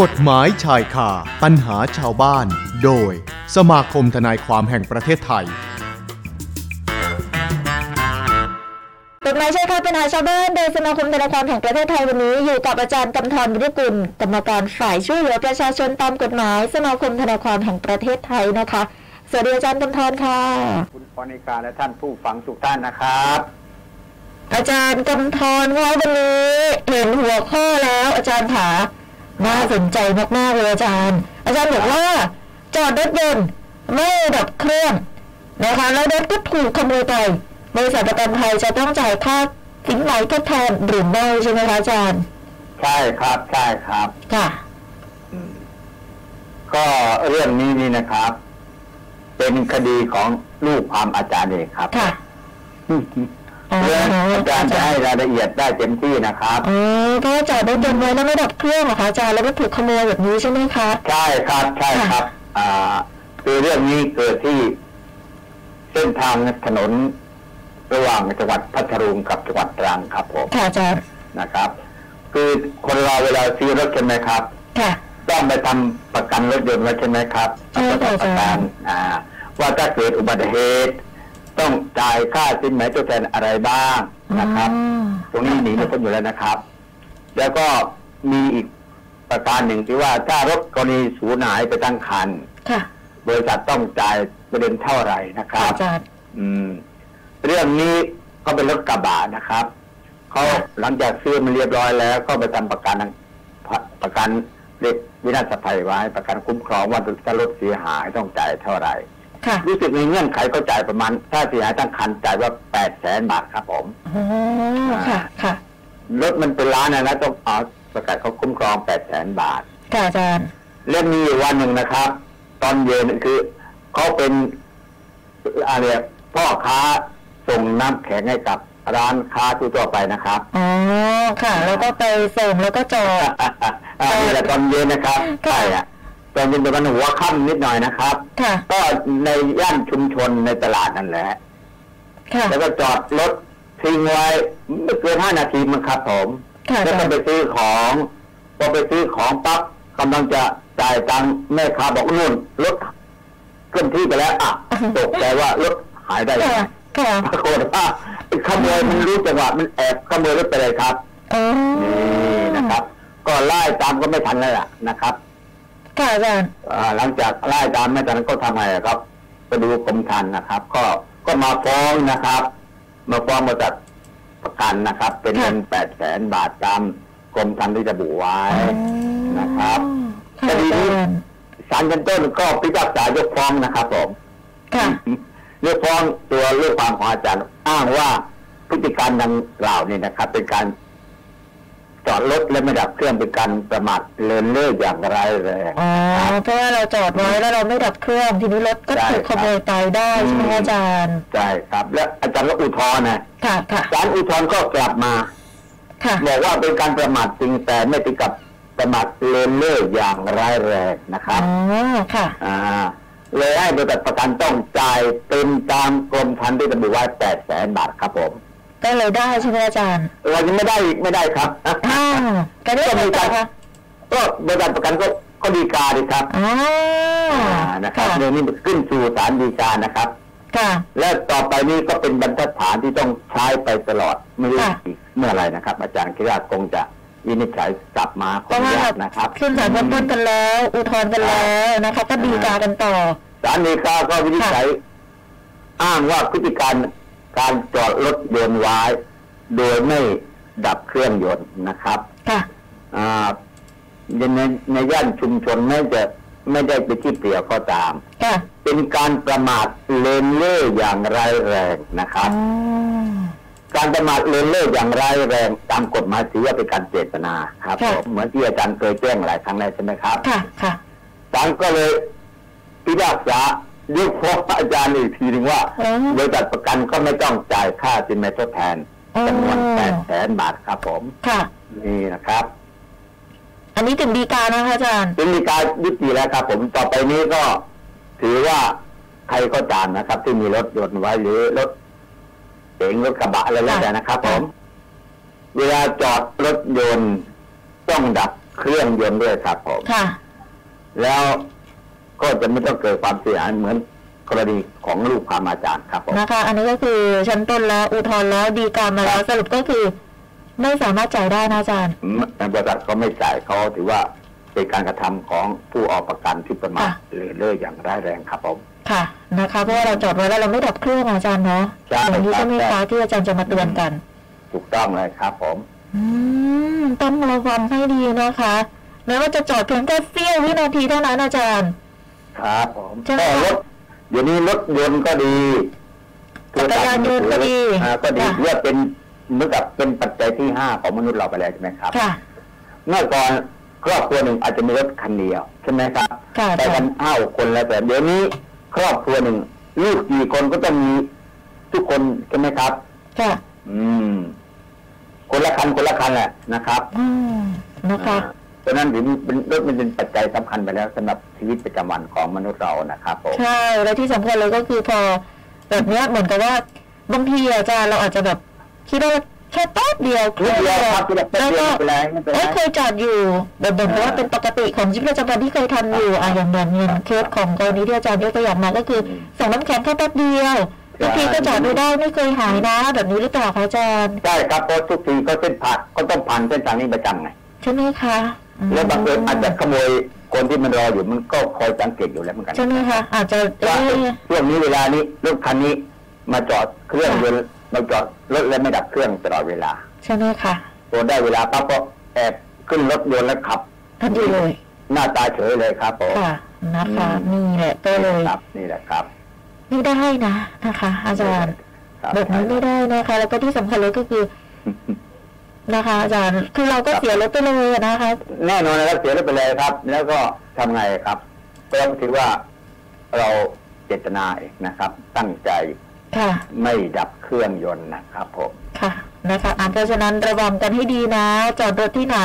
กฎหมายชายคาปัญหาชาวบ้าน โดย สมาคมทนายความแห่งประเทศไทย กฎหมายชายคาปัญหาชาวบ้านโดยสมาคมธนาคารแห่งประเทศไทยวันนี้อยู่กับอาจารย์กำธรวิริกุลกรรมการฝ่ายช่วยเหลือประชาชนตามกฎหมาย สมาคมธนาคารแห่งประเทศไทยนะคะ สวัสดีอาจารย์กำธรค่ะ คุณปอนิกาและท่านผู้ฟังทุกท่านนะครับ อาจารย์กำธรว่าวันนี้เห็นหัวข้อแล้วอาจารย์ค่ะน่าสนใจมากๆเลยอาจารย์ อาจารย์บอกว่า จอดรถยนต์ไม่ดับเครื่องนะคะแล้วรถก็ถูกขโมยไปบริษัทประกันภัยจะต้องจ่ายค่าสินไหมทดแทนหรือไม่ใช่ไหมคะอาจารย์ ใช่ครับใช่ครับ ค่ะ ก็เรื่องนี้นี่นะครับ เป็นคดีของลูกความอาจารย์เอกครับ ค่ะอ๋อ เรื่องอาจารย์จะให้ อ รายละเอียดได้เต็มที่นะครับ ๋อก็จอดรถยนต์ไว้แล้วไม่ดับเครื่องเหรอคะอาจารย์ แล้วก็ถูกขโมยแบบนี้ใช่ไหมคะ ใช่ครับใช่ครับ อ่า คือเรื่องนี้เกิดที่ เส้นทางถนนระหว่างจังหวัดพัทลุงกับจังหวัดตรังครับผม ค่ะอาจารย์ นะครับ คือคนเราเวลาซื้อรถใช่ไหมครับ ค่ะ ต้องไปทำประกันรถยนต์ไว้ใช่ไหมครับ ใช่ค่ะ ต้องประ อาจา กั ร น ย์ อ่า ว่าถ้าเกิดอุบัติเหตุ ต้องจ่ายค่าสินไหมตัวแทนอะไรบ้างนะครับ อ๋อ ตรงนี้หนีไม่พ้นอยู่แล้วนะครับ แล้วก็มีอีกประการหนึ่งที่ว่าถ้ารถกรณีสูญหายไปตั้งคัน ค่ะ บริษัทต้องจ่ายประเด็นเท่าไหร่นะค ค่ะ รับ อาจารย์ อืม เรื่องนี้ก็เป็นรถกระบะนะครับเขาหลังจากซื้อมันเรียบร้อยแล้ว ก็ไปทำประกันประกันเรียกวินาศภัยไว้ประกันคุ้มครองว่าถ้ารถเสียหายต้องจ่ายเท่าไหร่ ค่ะ รู้สึกในเงื่อนไขก็จ่ายประมาณ ถ้าเสียหายตั้งคันจ่ายว่าแปดแสนบาทครับผม อ๋อค่ะ ค่ะ รถมันเป็นล้านนะนะต้องเอาประกันเขาคุ้มครองแปดแสนบาท ค่ะอาจารย์ และมีอยู่วันหนึ่งนะครับ ตอนเย็นคือเขาเป็นอะไรอะพ่อค้าส่งน้ำแข็งให้กับร้านค้าทั่วๆไปนะครับ อ๋อ ค่ะ แล้วก็ไปส่งแล้วก็จอด อ่านี่แหละตอนเย็นนะครับ ค่ะ ใช่อะตอนเย็นประมาณหัวค่ำนิดหน่อยนะครับ ค่ะ ก็ในย่านชุมชนในตลาดนั่นแหละ ค่ะ แล้วก็จอดรถทิ้งไว้ไม่เกินห้านาทีมั้งครับผม ค่ะอา แล้ว จา ก็ รย์ ไปซื้อของพอไปซื้อของปั๊บกำลังจะจ่ายตังค์แม่ค้าบอกนู่นรถเคลื่อนที่ไปแล้วอ่ะ อ่าฮะ ตกใจว่ารถหายได้ยัง ค่ะ ไง ค่ะ ปรากฏว่าไอ้ขโมยมันรู้จังหวะมันแอบขโมยรถไปเลยครับ อ๋อ นี่นะครับ ก็ไล่ตามก็ไม่ทันแล้วล่ะนะครับ ค่ะอาจารย์ อ่าหลังจากไล่ตามไม่ทันก็ทำไงอะครับไปดูกรมธรรม์นะครับ ก็ก็มาฟ้องนะครับ มาฟ้องบริษัทประกันนะครับ เป็นเงินแปดแสนบาทตามกรมธรรม์ที่ระบุไว้ นะครับ ค่ะอาจารย์ ศาลชั้นต้นก็พิพากษายกฟ้องนะครับผม ค่ะ ยกฟ้องตัวเรื่องความของอาจารย์ อ้างว่าพฤติการดังกล่าวนี่นะครับ เป็นการจอดรถและไม่ดับเครื่องเป็นการประมาทเลินเล่ออย่างไรายแรง อ๋อ ครับ เพราะว่าเราจอดไว้แล้วเราไม่ดับเครื่อง ทีนี้รถก็ถูกขโมยไปได้ใช่ไหมคะอาจารย์ ใช่ครับ และอาจารย์ก็อุทธรณ์นะ ค่ะ ค่ะ ศาลอุทธรณ์ก็กลับมา ค่ะ บอกว่าเป็นการประมาทจริงแต่ไม่ถึงกับประมาทเลินเล่ออย่างร้ายแรงนะค อ๋ รั อ บ ค่ะ อ่าเลยให้บริษัทประกันต้องจ่ายเต็มตามกรมธรรม์ที่ระบุไว้แปดแสนบาทครับผม ก็เลยได้ใช่ไหมอาจารย์ เรายังไม่ได้อีกไม่ได้ครับ อ้าวก็ได้ไหมต่อคะ ก็บริษัทประกันก็ก็ดีกาดีครับ อ๋อ อ่านะครับ ค่ะ เรื่องนี้ขึ้นสู่ศาลฎีกานะครับ ค่ะ และต่อไปนี้ก็เป็นบรรทัดฐานที่ต้องใช้ไปตลอดไม่รู้ ค่ะ อีกเมื่อไหรนะครับ อาจารย์คิดว่าคงจะวินิจฉัยกลับมาข เพ ออ ราะ นุ ว่า ญาตนะครับ ขึ้นศาลบนต้นกันแล้ว อุทธรณ์กันแล้วนะคะ ก็ดีกากันต่อ สารดีกาก็วินิจฉัยอ้างว่าพฤติการการจอดรถยนต์ไว้โดยไม่ดับเครื่องยนต์นะครับ ค่ะ อ่าในในในย่านชุมชนไม่จะไม่ได้ไปนที่เปลี่ยวก็ตาม ค่ะ เป็นการประมาทเลินเล่ออย่างร้ายแรงนะครับ อ๋อ การประมาทเลินเล่ออย่างร้ายแรงตามกฎหมายถือว่าเป็นการเจตนาครับ ค่ะ ผมเหมือนที่อาจารย์เคยแจ้งหลายครั้งแล้วใช่ไหมครับ ค่ะ ค่ะ ศาลก็เลยพิพากษายกฟ้องอาจารย์อีกทีหนึ่งว่า อ๋อ บริษัทประกันก็ไม่ต้องจ่ายค่าสินไหมทดแทน อ๋อ จำนวนแปดแสนบาทครับผม ค่ะ นี่นะครับ อันนี้ถึงดีกานะคะอาจารย์ ซึ่งมีการยุติแล้วครับ ผมต่อไปนี้ก็ถือว่าใครก็ตามนะครับ ที่มีรถยนต์ไว้หรือรถเก๋งรถกระบะอะไรแล้วแต่นะครับ ผม เวลาจอดรถยนต์ต้องดับ เครื่องยนต์ด้วยครับผม ค่ะ แล้วก็จะไม่ต้องเกิดความเสียหายเหมือนกรณีของลูกความอาจารย์ครับผม นะคะ อันนี้ก็คือชั้นต้นแล้วอุทธรณ์แล้วดีกามาแล้วสรุปก็คือ ไม่สามารถจ่ายได้นะอาจารย์ ไม่บริษัทเขาไม่จ่ายเขาถือว่าเป็นการกระทำของผู้เออกประกันที่ประมาท ค่ะ เลินเล่ออย่างร้ายแรงครับผม ค่ะนะคะ เพราะว่าเราจอดไว้แล้วเราไม่ดับเครื่องอะอาจารย์เนาะ ใช่ อย่างนี้ ครั ก็ บ ไม่ฟ้าที่อาจารย์จะมาเตือนกัน ถูกต้องเลยครับผม อืมต้องระวังให้ดีนะคะแม้ว่าจะจอดเพียงแค่เสี้ยววินาทีเท่านั้นอาจารย์ ครับผม จ้ะ แต่รถเดี๋ยวนี้รถยนต์ก็ดี จักรยานยนต์ก็ดี อ่าก็ดี ค่ะ เพื่อเป็นเหมื่อนกับเป็นปัจจัยที่ห้าของมนุษย์เราไปแล้วใช่ไหมครับ ค่ะ เมื่อก่อนครอบครัวหนึ่งอาจจะมีรถคันเดียวใช่ไหมครับ ค่ะ ไปกันห้าหกคนแล้วแต่เดี๋ยวนี้ครอบครัวหนึ่งลูกกี่คนก็ต้องมีทุกคนใช่ไหมครับ ค่ะ อืม คนละคันคนละคันแหละนะครับ อืมนะคะ อ่าฉะนั้นถึงเป็นรถมันเป็นปัจจัยสำคัญไปแล้วสำหรับชีวิตประจำวันของมนุษย์เรานะครับผม ใช่ แล้วที่สำคัญเลยก็คือพอแบบเนี้ยเหมือนกับว่าบางทีอาจารย์เราอาจจะแบบคิดว่าแค่แป๊บเดียว นิดเดียวครับทีละแป๊บ แล้ว เดียว ก็ ไม่เป็นไรไม่เป็นไร เอ้ยเคยจอดอยู่แบบแบบว่าเป็นปกติของชีวิตประจำวันที่เคยทำอยู่อ่ะอย่างแบบเงินเคสของกรณีที่อาจารย์ยกตัวอย่างมาก็คือส่งน้ำแข็งแค่แป๊บเดียวบางทีก็จอดไม่ได้ไม่เคยหายนะ แบบนี้หรือเปล่าคะอาจารย์ ใช่ครับเพราะทุกทีก็เส้นผ่านก็ต้องผ่านเส้นทางนี้ประจำไง ใช่ไหมคะอืม แล้วบางเอิญอาจจะขโมยคนที่มันรออยู่มันก็คอยสังเกตอยู่แล้วเหมือนกัน ใช่ไหมคะอาจจะเอ้ ว่าย ช่วงนี้เวลานี้รถคันนี้มาจอดเครื่อง ค่ะ ยนต์มาจอดรถและไม่ดับเครื่องตลอดเวลา ใช่ไหมคะ พอได้เวลาปั๊บก็แอบขึ้นรถยนต์แล้วขับ ทันทีเลย หน้าตาเฉยเลยครับผม ค่ะนะคะนี่แหละก็เลย ครับนี่แหละครับ ไม่ได้นะนะคะ อาจารย์ ครับ แบบนี้ไม่ได้นะคะ แล้วก็ที่สำคัญเลยก็คือนะคะ อาจารย์คือเราก็ ครับ เสียรถไปเลยอะนะคะ แน่นอนนะครับเสียรถไปเลยครับ แล้วก็ทำไงครับก็ต้องถือว่าเราเจตนาเองนะครับ ตั้งใจ ค่ะ ไม่ดับเครื่องยนต์นะครับผม ค่ะนะคะอ่านเพราะฉะนั้นระวังกันให้ดีนะ จอดรถที่ไหน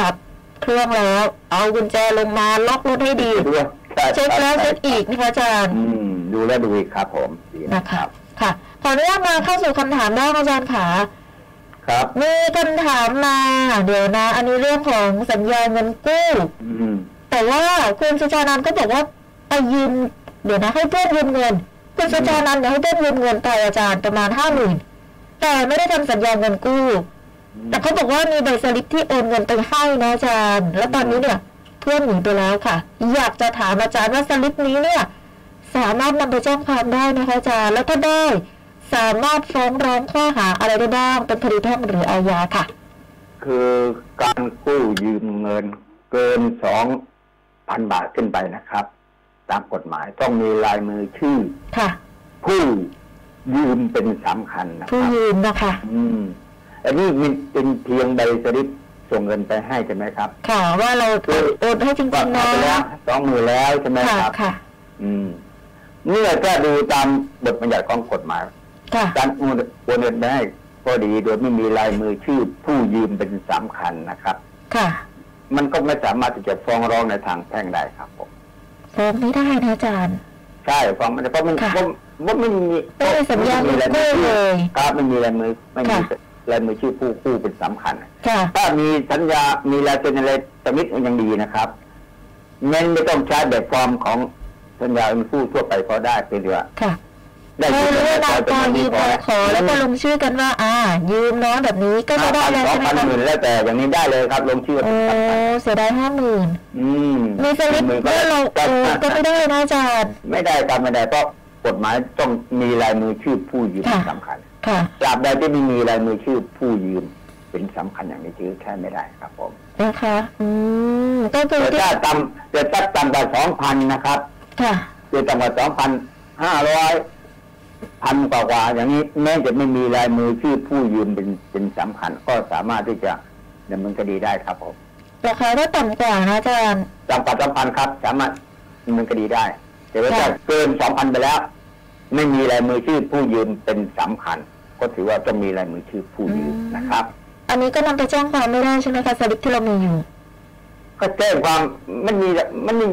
ดับเครื่องแล้ว เอากุญแจลงมาล็อกรถให้ดี ด้วย เช็คแล้วเช็คอีกนะคะอาจารย์ อืมดูแลวดูอีกครับผมดีนะ นะ ค คะ รับ ค่ะขออนุญาตมาเข้าสู่คำถามได้ไหมอาจารย์ค่ะ ครับ มีคำถามมา เดี๋ยวนะ อันนี้เรื่องของสัญญาเงินกู้ อืม แต่ว่าคุณสุชานันท์ก็บอกว่าไปยืมเดี๋ยวนะให้เพื่อนยืมเงิน คุณสุชานันท์เนี่ยให้เพื่อนยืมเงินไปอาจารย์ประมาณห้าหมื่นแต่ไม่ได้ทำสัญญาเงินกู้ แต่เขาบอกว่ามีใบสลิปที่โอนเงินไปให้นะอาจารย์ แล้วตอนนี้เนี่ย เพื่อนหนีไปแล้วค่ะ อยากจะถามอาจารย์ว่าสลิปนี้เนี่ย สามารถนำไปแจ้งความได้นะคะอาจารย์แล้วถ้าได้ สามารถฟ้องร้องข้อหาอะไรได้บ้างเป็นคดีแพ่งหรืออาญาค่ะ คือการกู้ยืมเงินเกินสองพันบาทขึ้นไปนะครับ ตามกฎหมายต้องมีลายมือชื่อ ค่ะ ผู้ยืมเป็นสำคัญนะค ผู้ รับ ยืมนะคะ อืม อันนี้มันเป็นเพียงใบสลิปส่งเงินไปให้ใช่ไหมครับ ค่ะว่าเราโอนให้จ ก็ ริงๆ เอา นะ ไปแล้วสองมือแล้วใช่ไหม ค่ะ ครับ ค่ะ อืมนี่เราก็ดูตามบทบัญญัติของกฎหมาย ค่ะ การโอนโอนเงินไปให้ก็ดีโดยไม่มีลายมือชื่อผู้ยืมเป็นสำคัญนะครับ ค่ะ มันก็ไม่สามารถที่จะฟ้องร้องในทางแพ่งได้ครับผม ฟ้องไม่ได้นะอาจารย์ ใช่ฟ้องไม่ได้เพราะมัน ค่ะ เพราะเพราะไม่มี ไม่มีสัญญา ไม่มีลายมือ ไม่เล ชื่อย ครับไม่มีลายมือไม่มี ค่ะ ลายมือชื่อผู้กู้เป็นสำคัญ ค่ะ ถ้ามีสัญญา มีลายเซ็นอะไรสมิตยังดีนะครับงั้นไม่ต้องใช้แบบฟอร์มของสัญญาเงินกู้ทั่วไปก็ได้เป็นเดียวา ค่ะ ได้ เรารู้ว่านายปอยืมเราขอแล้วก็ลงชื่อกันว่า อ่า ยืมน้องแบบนี้ก็ไม่ได้แล้ว สอ ใช่ ง ไหม พัน คะ หมื่นแล้วแต่อย่างนี้ได้เลยครับ ลงชื่อ โอ้เสียดายห้าหมื่น อืม มีสลิป หนก็ เมื่อเราโอนก็ไม่ได้นะอาจารย์ ไม่ได้ครับไม่ได้เพราะกฎหมายต้องมีลายมือชื่อผู้ยืม ค่ะ เป็นสำคัญ ค่ะ ตราบใดที่ไม่มีลายมือชื่อผู้ยืมเป็นสำคัญอย่างนี้ถือแค่ไม่ได้ครับผม นะคะ อืม ก็คือ แต่ ที่ ถ้าต่ำแต่ถ้าต่ำกว่าสองพันนะครับ ค่ะ คือต่ำกว่าสองพันห้าร้อยพันกว่ากว่าอย่างนี้แม้จะไม่มีลายมือชื่อผู้ยืมเป็นเป็นสำคัญ ก็สามารถที่จะดำเนินคดีได้ครับผม ราคาถ้าต่ำกว่านะอาจารย์ ต่ำกว่าสองพันครับ สามารถดำเนินคดีได้ แต่ว่า ค่ะ ถ้าเกินสองพันไปแล้ว ไม่มีลายมือชื่อผู้ยืมเป็นสำคัญ ก็ถือว่าต้องมีลายมือชื่อผู้ยืมนะครับ อันนี้ก็นำไปแจ้งความไม่ได้ใช่ไหมคะสลิปที่เรามีอยู่ ก็แจ้งความไม่มีไม่มี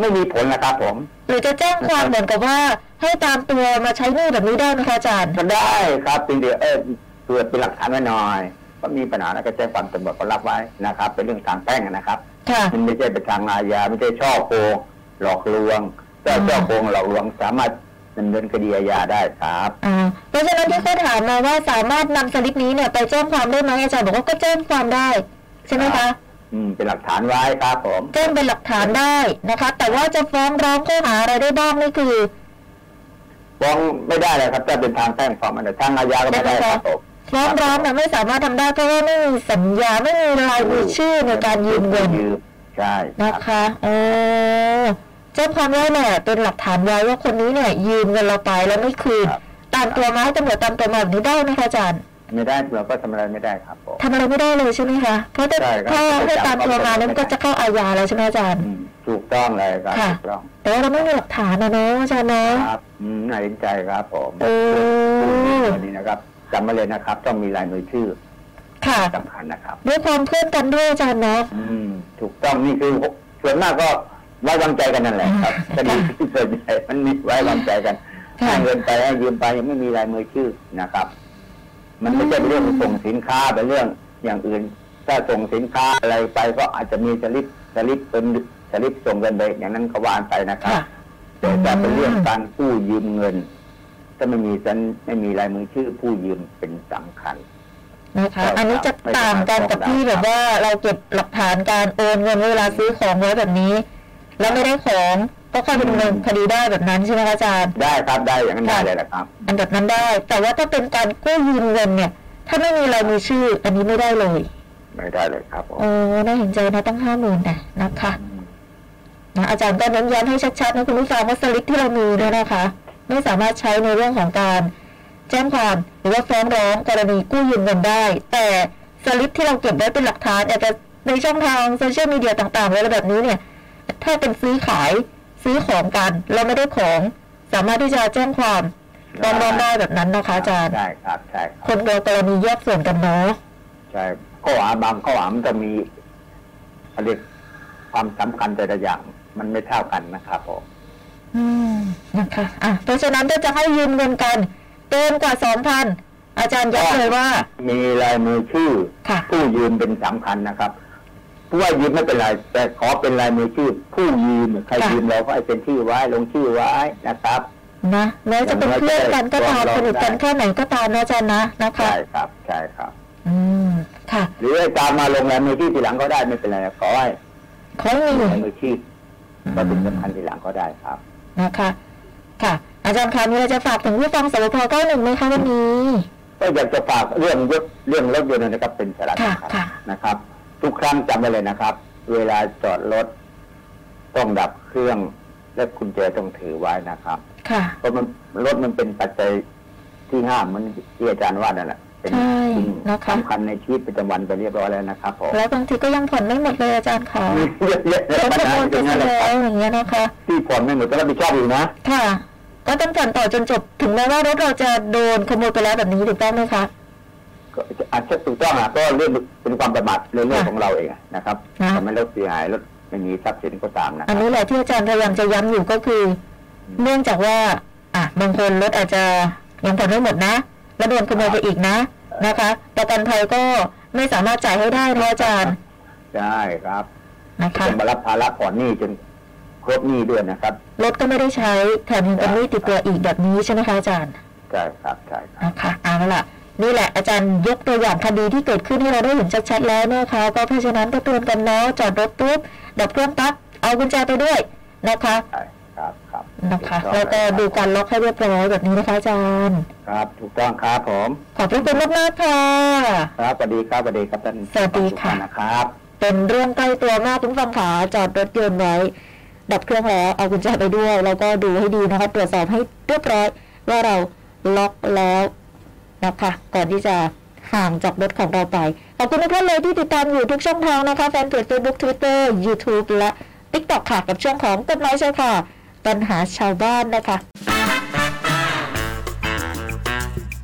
ไม่มีผลนะครับผม หรือจะแจ้งความเหมือนกับว่าให้ตามตัวมาใช้หนี้แบบนี้ได้ไหมคะอาจารย์ ก็ได้ครับเป็นเดียวเออตรวจเป็นหลักฐานไว้หน่อย ไป ก็มีปัญหาแล้วก็แจ้งความตำรวจก็รับไว้นะครับ เป็นเรื่องทางแพ่งนะครับ ค่ะ มันไม่ใช่ไปทางอาญาไม่ใช่ช่อโกงหลอกลวงถ้า อืม ช่อโกงหลอกลวงสามารถดำเนินคดีอาญาได้ครับ อ่าเพราะฉะนั้นที่เขาถามมาว่าสามารถนำสลิปนี้เนี่ยไปแจ้งความได้ไหมอาจารย์บอกว่าก็แจ้งความได้ ใช่ไหม ครั คะ บ อืมเป็นหลักฐานไว้ครับผม แจ้งเป็นหลักฐานได้นะคะ แต่ว่าจะฟ้องร้องข้อหาอะไรได้บ้างนี่คือ ฟ้องไม่ได้เลยครับถ้าเป็นทางแพ่งฟ้องไม่ได้ทางอาญาก็ไม่ได้ครับผม ฟ้องร้องเนี่ยไม่สามารถทำได้เพราะว่าไม่มีสัญญาไม่มีลายมือชื่อในการยืมเงิน ใช่ครับ นะคะโอ้แจ้งความไว้เนี่ยเป็นหลักฐานไว้ว่าคนนี้เนี่ยยืมเงินเราไปแล้วไม่คืน ตามตัวมาให้ตำรวจตามตัวมาแบบนี้ได้ไหมคะอาจารย์ ไม่ได้เราก็ทำอะไรไม่ได้ครับผม ทำอะไรไม่ได้เลยใช่ไหมคะเพราะถ้า ใช่ครับ ถ้าให้ตามตัวมาเนี่ยมันก็จะเข้าอาญาแล้วใช่ไหมอาจารย์ อืมถูกต้องเลยครับ ค่ะ ถูกต้อง แต่ว่าเราไม่มีหลักฐานนะเนาะอาจารย์เนาะ ครับอืมน่าเห็นใจครับผม เออ วันนี้นะครับจำมาเลยนะครับ ต้องมีลายมือชื่อ ค่ะ สำคัญนะครับ ด้วยความเพื่อนกันด้วยอาจารย์เนาะ อืม ถูกต้องนี่คือส่วนมากก็ไว้วางใจกันนั่นแหละครับคดี ที่ส่วนใหญ่มันมีไว้วางใจกัน ค่ะ ให้เงินไปให้ยืมไปยังไม่มีลายมือชื่อนะครับ มันไม่ใช่เป็นเรื่องส่งสินค้าเป็นเรื่องอย่างอื่น ถ้าส่งสินค้าอะไรไปก็อาจจะมีสลิปสลิปเป็นสลิปส่งกันไปอย่างนั้นก็วานไปนะครับ ค่ะ แต่จะเป็นเรื่อง อืม การกู้ยืมเงิน ถ้าไม่มีสัญไม่มีลายมือชื่อผู้ยืมเป็นสำคัญ นะคะ ใช่ครับ อันนี้จะ ไม่สามารถ ต่างกันกับที่ ฟ้องได้ แบบว่าเราเก็บหลักฐานการโอนเงินเวลาซื้อของไว้แบบนี้ แล้วไม่ได้ของก็ค่อยดำเนินคดีได้แบบนั้นใช่ไหมคะอาจารย์ ได้ครับได้อย่างนั้นได้ ค่ะ เลยนะครับ อันแบบนั้นได้ แต่ว่าถ้าเป็นการกู้ยืมเงินเนี่ย ถ้าไม่มีรายมือชื่อ อันนี้ไม่ได้เลย ไม่ได้เลยครับผม โอ้น่าเห็นใจนะตั้งห้าหมื่นนะนะคะ อืม นะอาจารย์ก็เน้นย้ำให้ชัดๆนะคุณผู้ฟังว่าสลิปที่เรามีเนี่ยนะคะ ไม่สามารถใช้ในเรื่องของการ แจ้งความหรือว่าฟ้องร้องกรณีกู้ยืมเงินได้ แต่สลิปที่เราเก็บไว้เป็นหลักฐานอาจจะในช่องทางโซเชียลมีเดียต่างๆอะไรแบบนี้เนี่ย ถ้าเป็นซื้อขายซื้อของกันเราไม่ได้ของ สามารถที่จะแจ้งความ ได้ ฟ้องร้องได้แบบนั้นนะคะอาจารย์ ได้ครับใช่ครับ คนเรากรณีแยกส่วนกันเนาะ ใช่ข้อหาบางข้อหามันจะมีเขาเรียกความสำคัญแต่ละอย่าง มันไม่เท่ากันนะครับผม อืมนะคะอ่ะเพราะฉะนั้นถ้าจะให้ยืมเงินกันเกินกว่าสองพันอาจารย์ย้ำเลยว่า มีลายมือชื่อ ค่ะ ผู้ยืมเป็นสำคัญนะครับผู้ว่ายืมไม่เป็นไร แต่ขอเป็นลายมือชื่อ ผู้ยืมใคร ค่ะ ยืมเราก็ให้เป็นชื่อไว้ลงชื่อไว้นะครับ นะแม้จะเป็นเพื่อนกันก็ตามสนิทกันแค่ไหนก็ตามนะอาจารย์นะนะคะ ใช่ครับใช่ครับ อืมค่ะ หรือให้ตามมาลงลายมือชื่อทีหลังก็ได้ไม่เป็นไรขอให้ เขามี ลายมือชื่อก็เป็นสำคัญทีหลังก็ได้ครับ นะคะ ค่ะ อาจารย์คะมีอะไรจะฝากถึงผู้ฟังสวพ91ไหมคะวันนี้ ก็อยากจะฝากเรื่องยศเรื่องรถยนต์นะครับเป็นสาระสำคัญ ค่ะค่ะ นะครับ ทุกครั้งจำไว้เลยนะครับ เวลาจอดรถ ต้องดับเครื่องและกุญแจต้องถือไว้นะครับ ค่ะ เพราะมันรถมันเป็นปัจจัยที่ห้ามเหมันที่อาจารย์ว่านั่นแหละเป็น ใช่ สิ่ง นะคะ สำคัญในชีวิตประจำวันไปเรียบร้อยแล้วนะครับผม แล้วบางทีก็ยังผ่อนไม่หมดเลยอาจารย์ค่ะ เยอะแยะ เขา ปัญ ข หา โมย อ ไป ยู่ ซะ นั่นแหละค แล้วรับ อย่างเงี้ยนะคะ ที่ผ่อนไม่หมดก็รับผิดชอบอยู่นะ ค่ะ ก็ต้องผ่อนต่อจนจบ ถึงแม้ว่ารถเราจะโดนขโมยไปแล้วแบบนี้ถูกต้องไหมคะ ก็อาจจะถูกต้องอ่ะก็เรื่องเป็นความประมาทในเรื่อง ค่ะ ของเราเองอะนะครับ นะ ทำให้รถเสียหายรถไม่มีทรัพย์สินก็ตามนะค อั รั น บ นี้แหละที่อาจารย์พยายามจะย้ำอยู่ก็คือ อืม เนื่องจากว่า อ่ะบางคนรถอาจจะยังผ่อนไม่หมดนะ แล้วโดนขโมยไปอีกนะนะคะประกันภัยก็ไม่สามารถจ่ายให้ได้นะอาจารย์ ใช่ครับ นะคะ จะมารับภาระผ่อนหนี้จนครบหนี้ด้วยนะครับ รถก็ไม่ได้ใช้แถมยังเป็นหนี้ติดตัวอีกแบบนี้ใช่ไหมคะอาจารย์ ใช่ครับใช่ครับ นะคะเอาละนี่แหละอาจารย์ยกตัวอย่างคดีที่เกิดขึ้นให้เราได้เห็นชัดๆแล้วนะคะก็เพราะฉะนั้นก็เตือนกันเนาะจอดรถปุ๊บดับเครื่องปั๊บเอากุญแจไปด้วยนะคะ ใช่ครับครับ นะคะ ถูต้อง แล้วก็ดูการล็อกให้เรียบร้อยแบบนี้นะคะอาจารย์ ครับ ถูกต้องครับผม ขอบพระคุณมากๆค่ะ ครับสวัสดีครับสวัสดีครับท่าน สวัสดีค่ะ ผู้ชมทุกท่านนะครับ เป็นเรื่องใกล้ตัวมากคุณผู้ฟังขาจอดรถยนต์ไว้ ดับเครื่องแล้วเอากุญแจไปด้วย แล้วก็ดูให้ดีนะคะตรวจสอบให้เรียบร้อยว่าเราล็อกแล้วนะคะก่อนที่จะห่างจากรถของเราไป ขอบคุณทุกท่านเลยที่ติดตามอยู่ทุกช่องทางนะคะแฟนเพจ Facebook Twitter YouTube และ TikTok ค่ะกับช่วงของกฎหมายชายค่ะ ปัญหาชาวบ้านนะคะ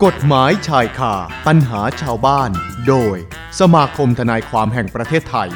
กฎหมายชายคาปัญหาชาวบ้าน โดยสมาคมทนายความแห่งประเทศไทย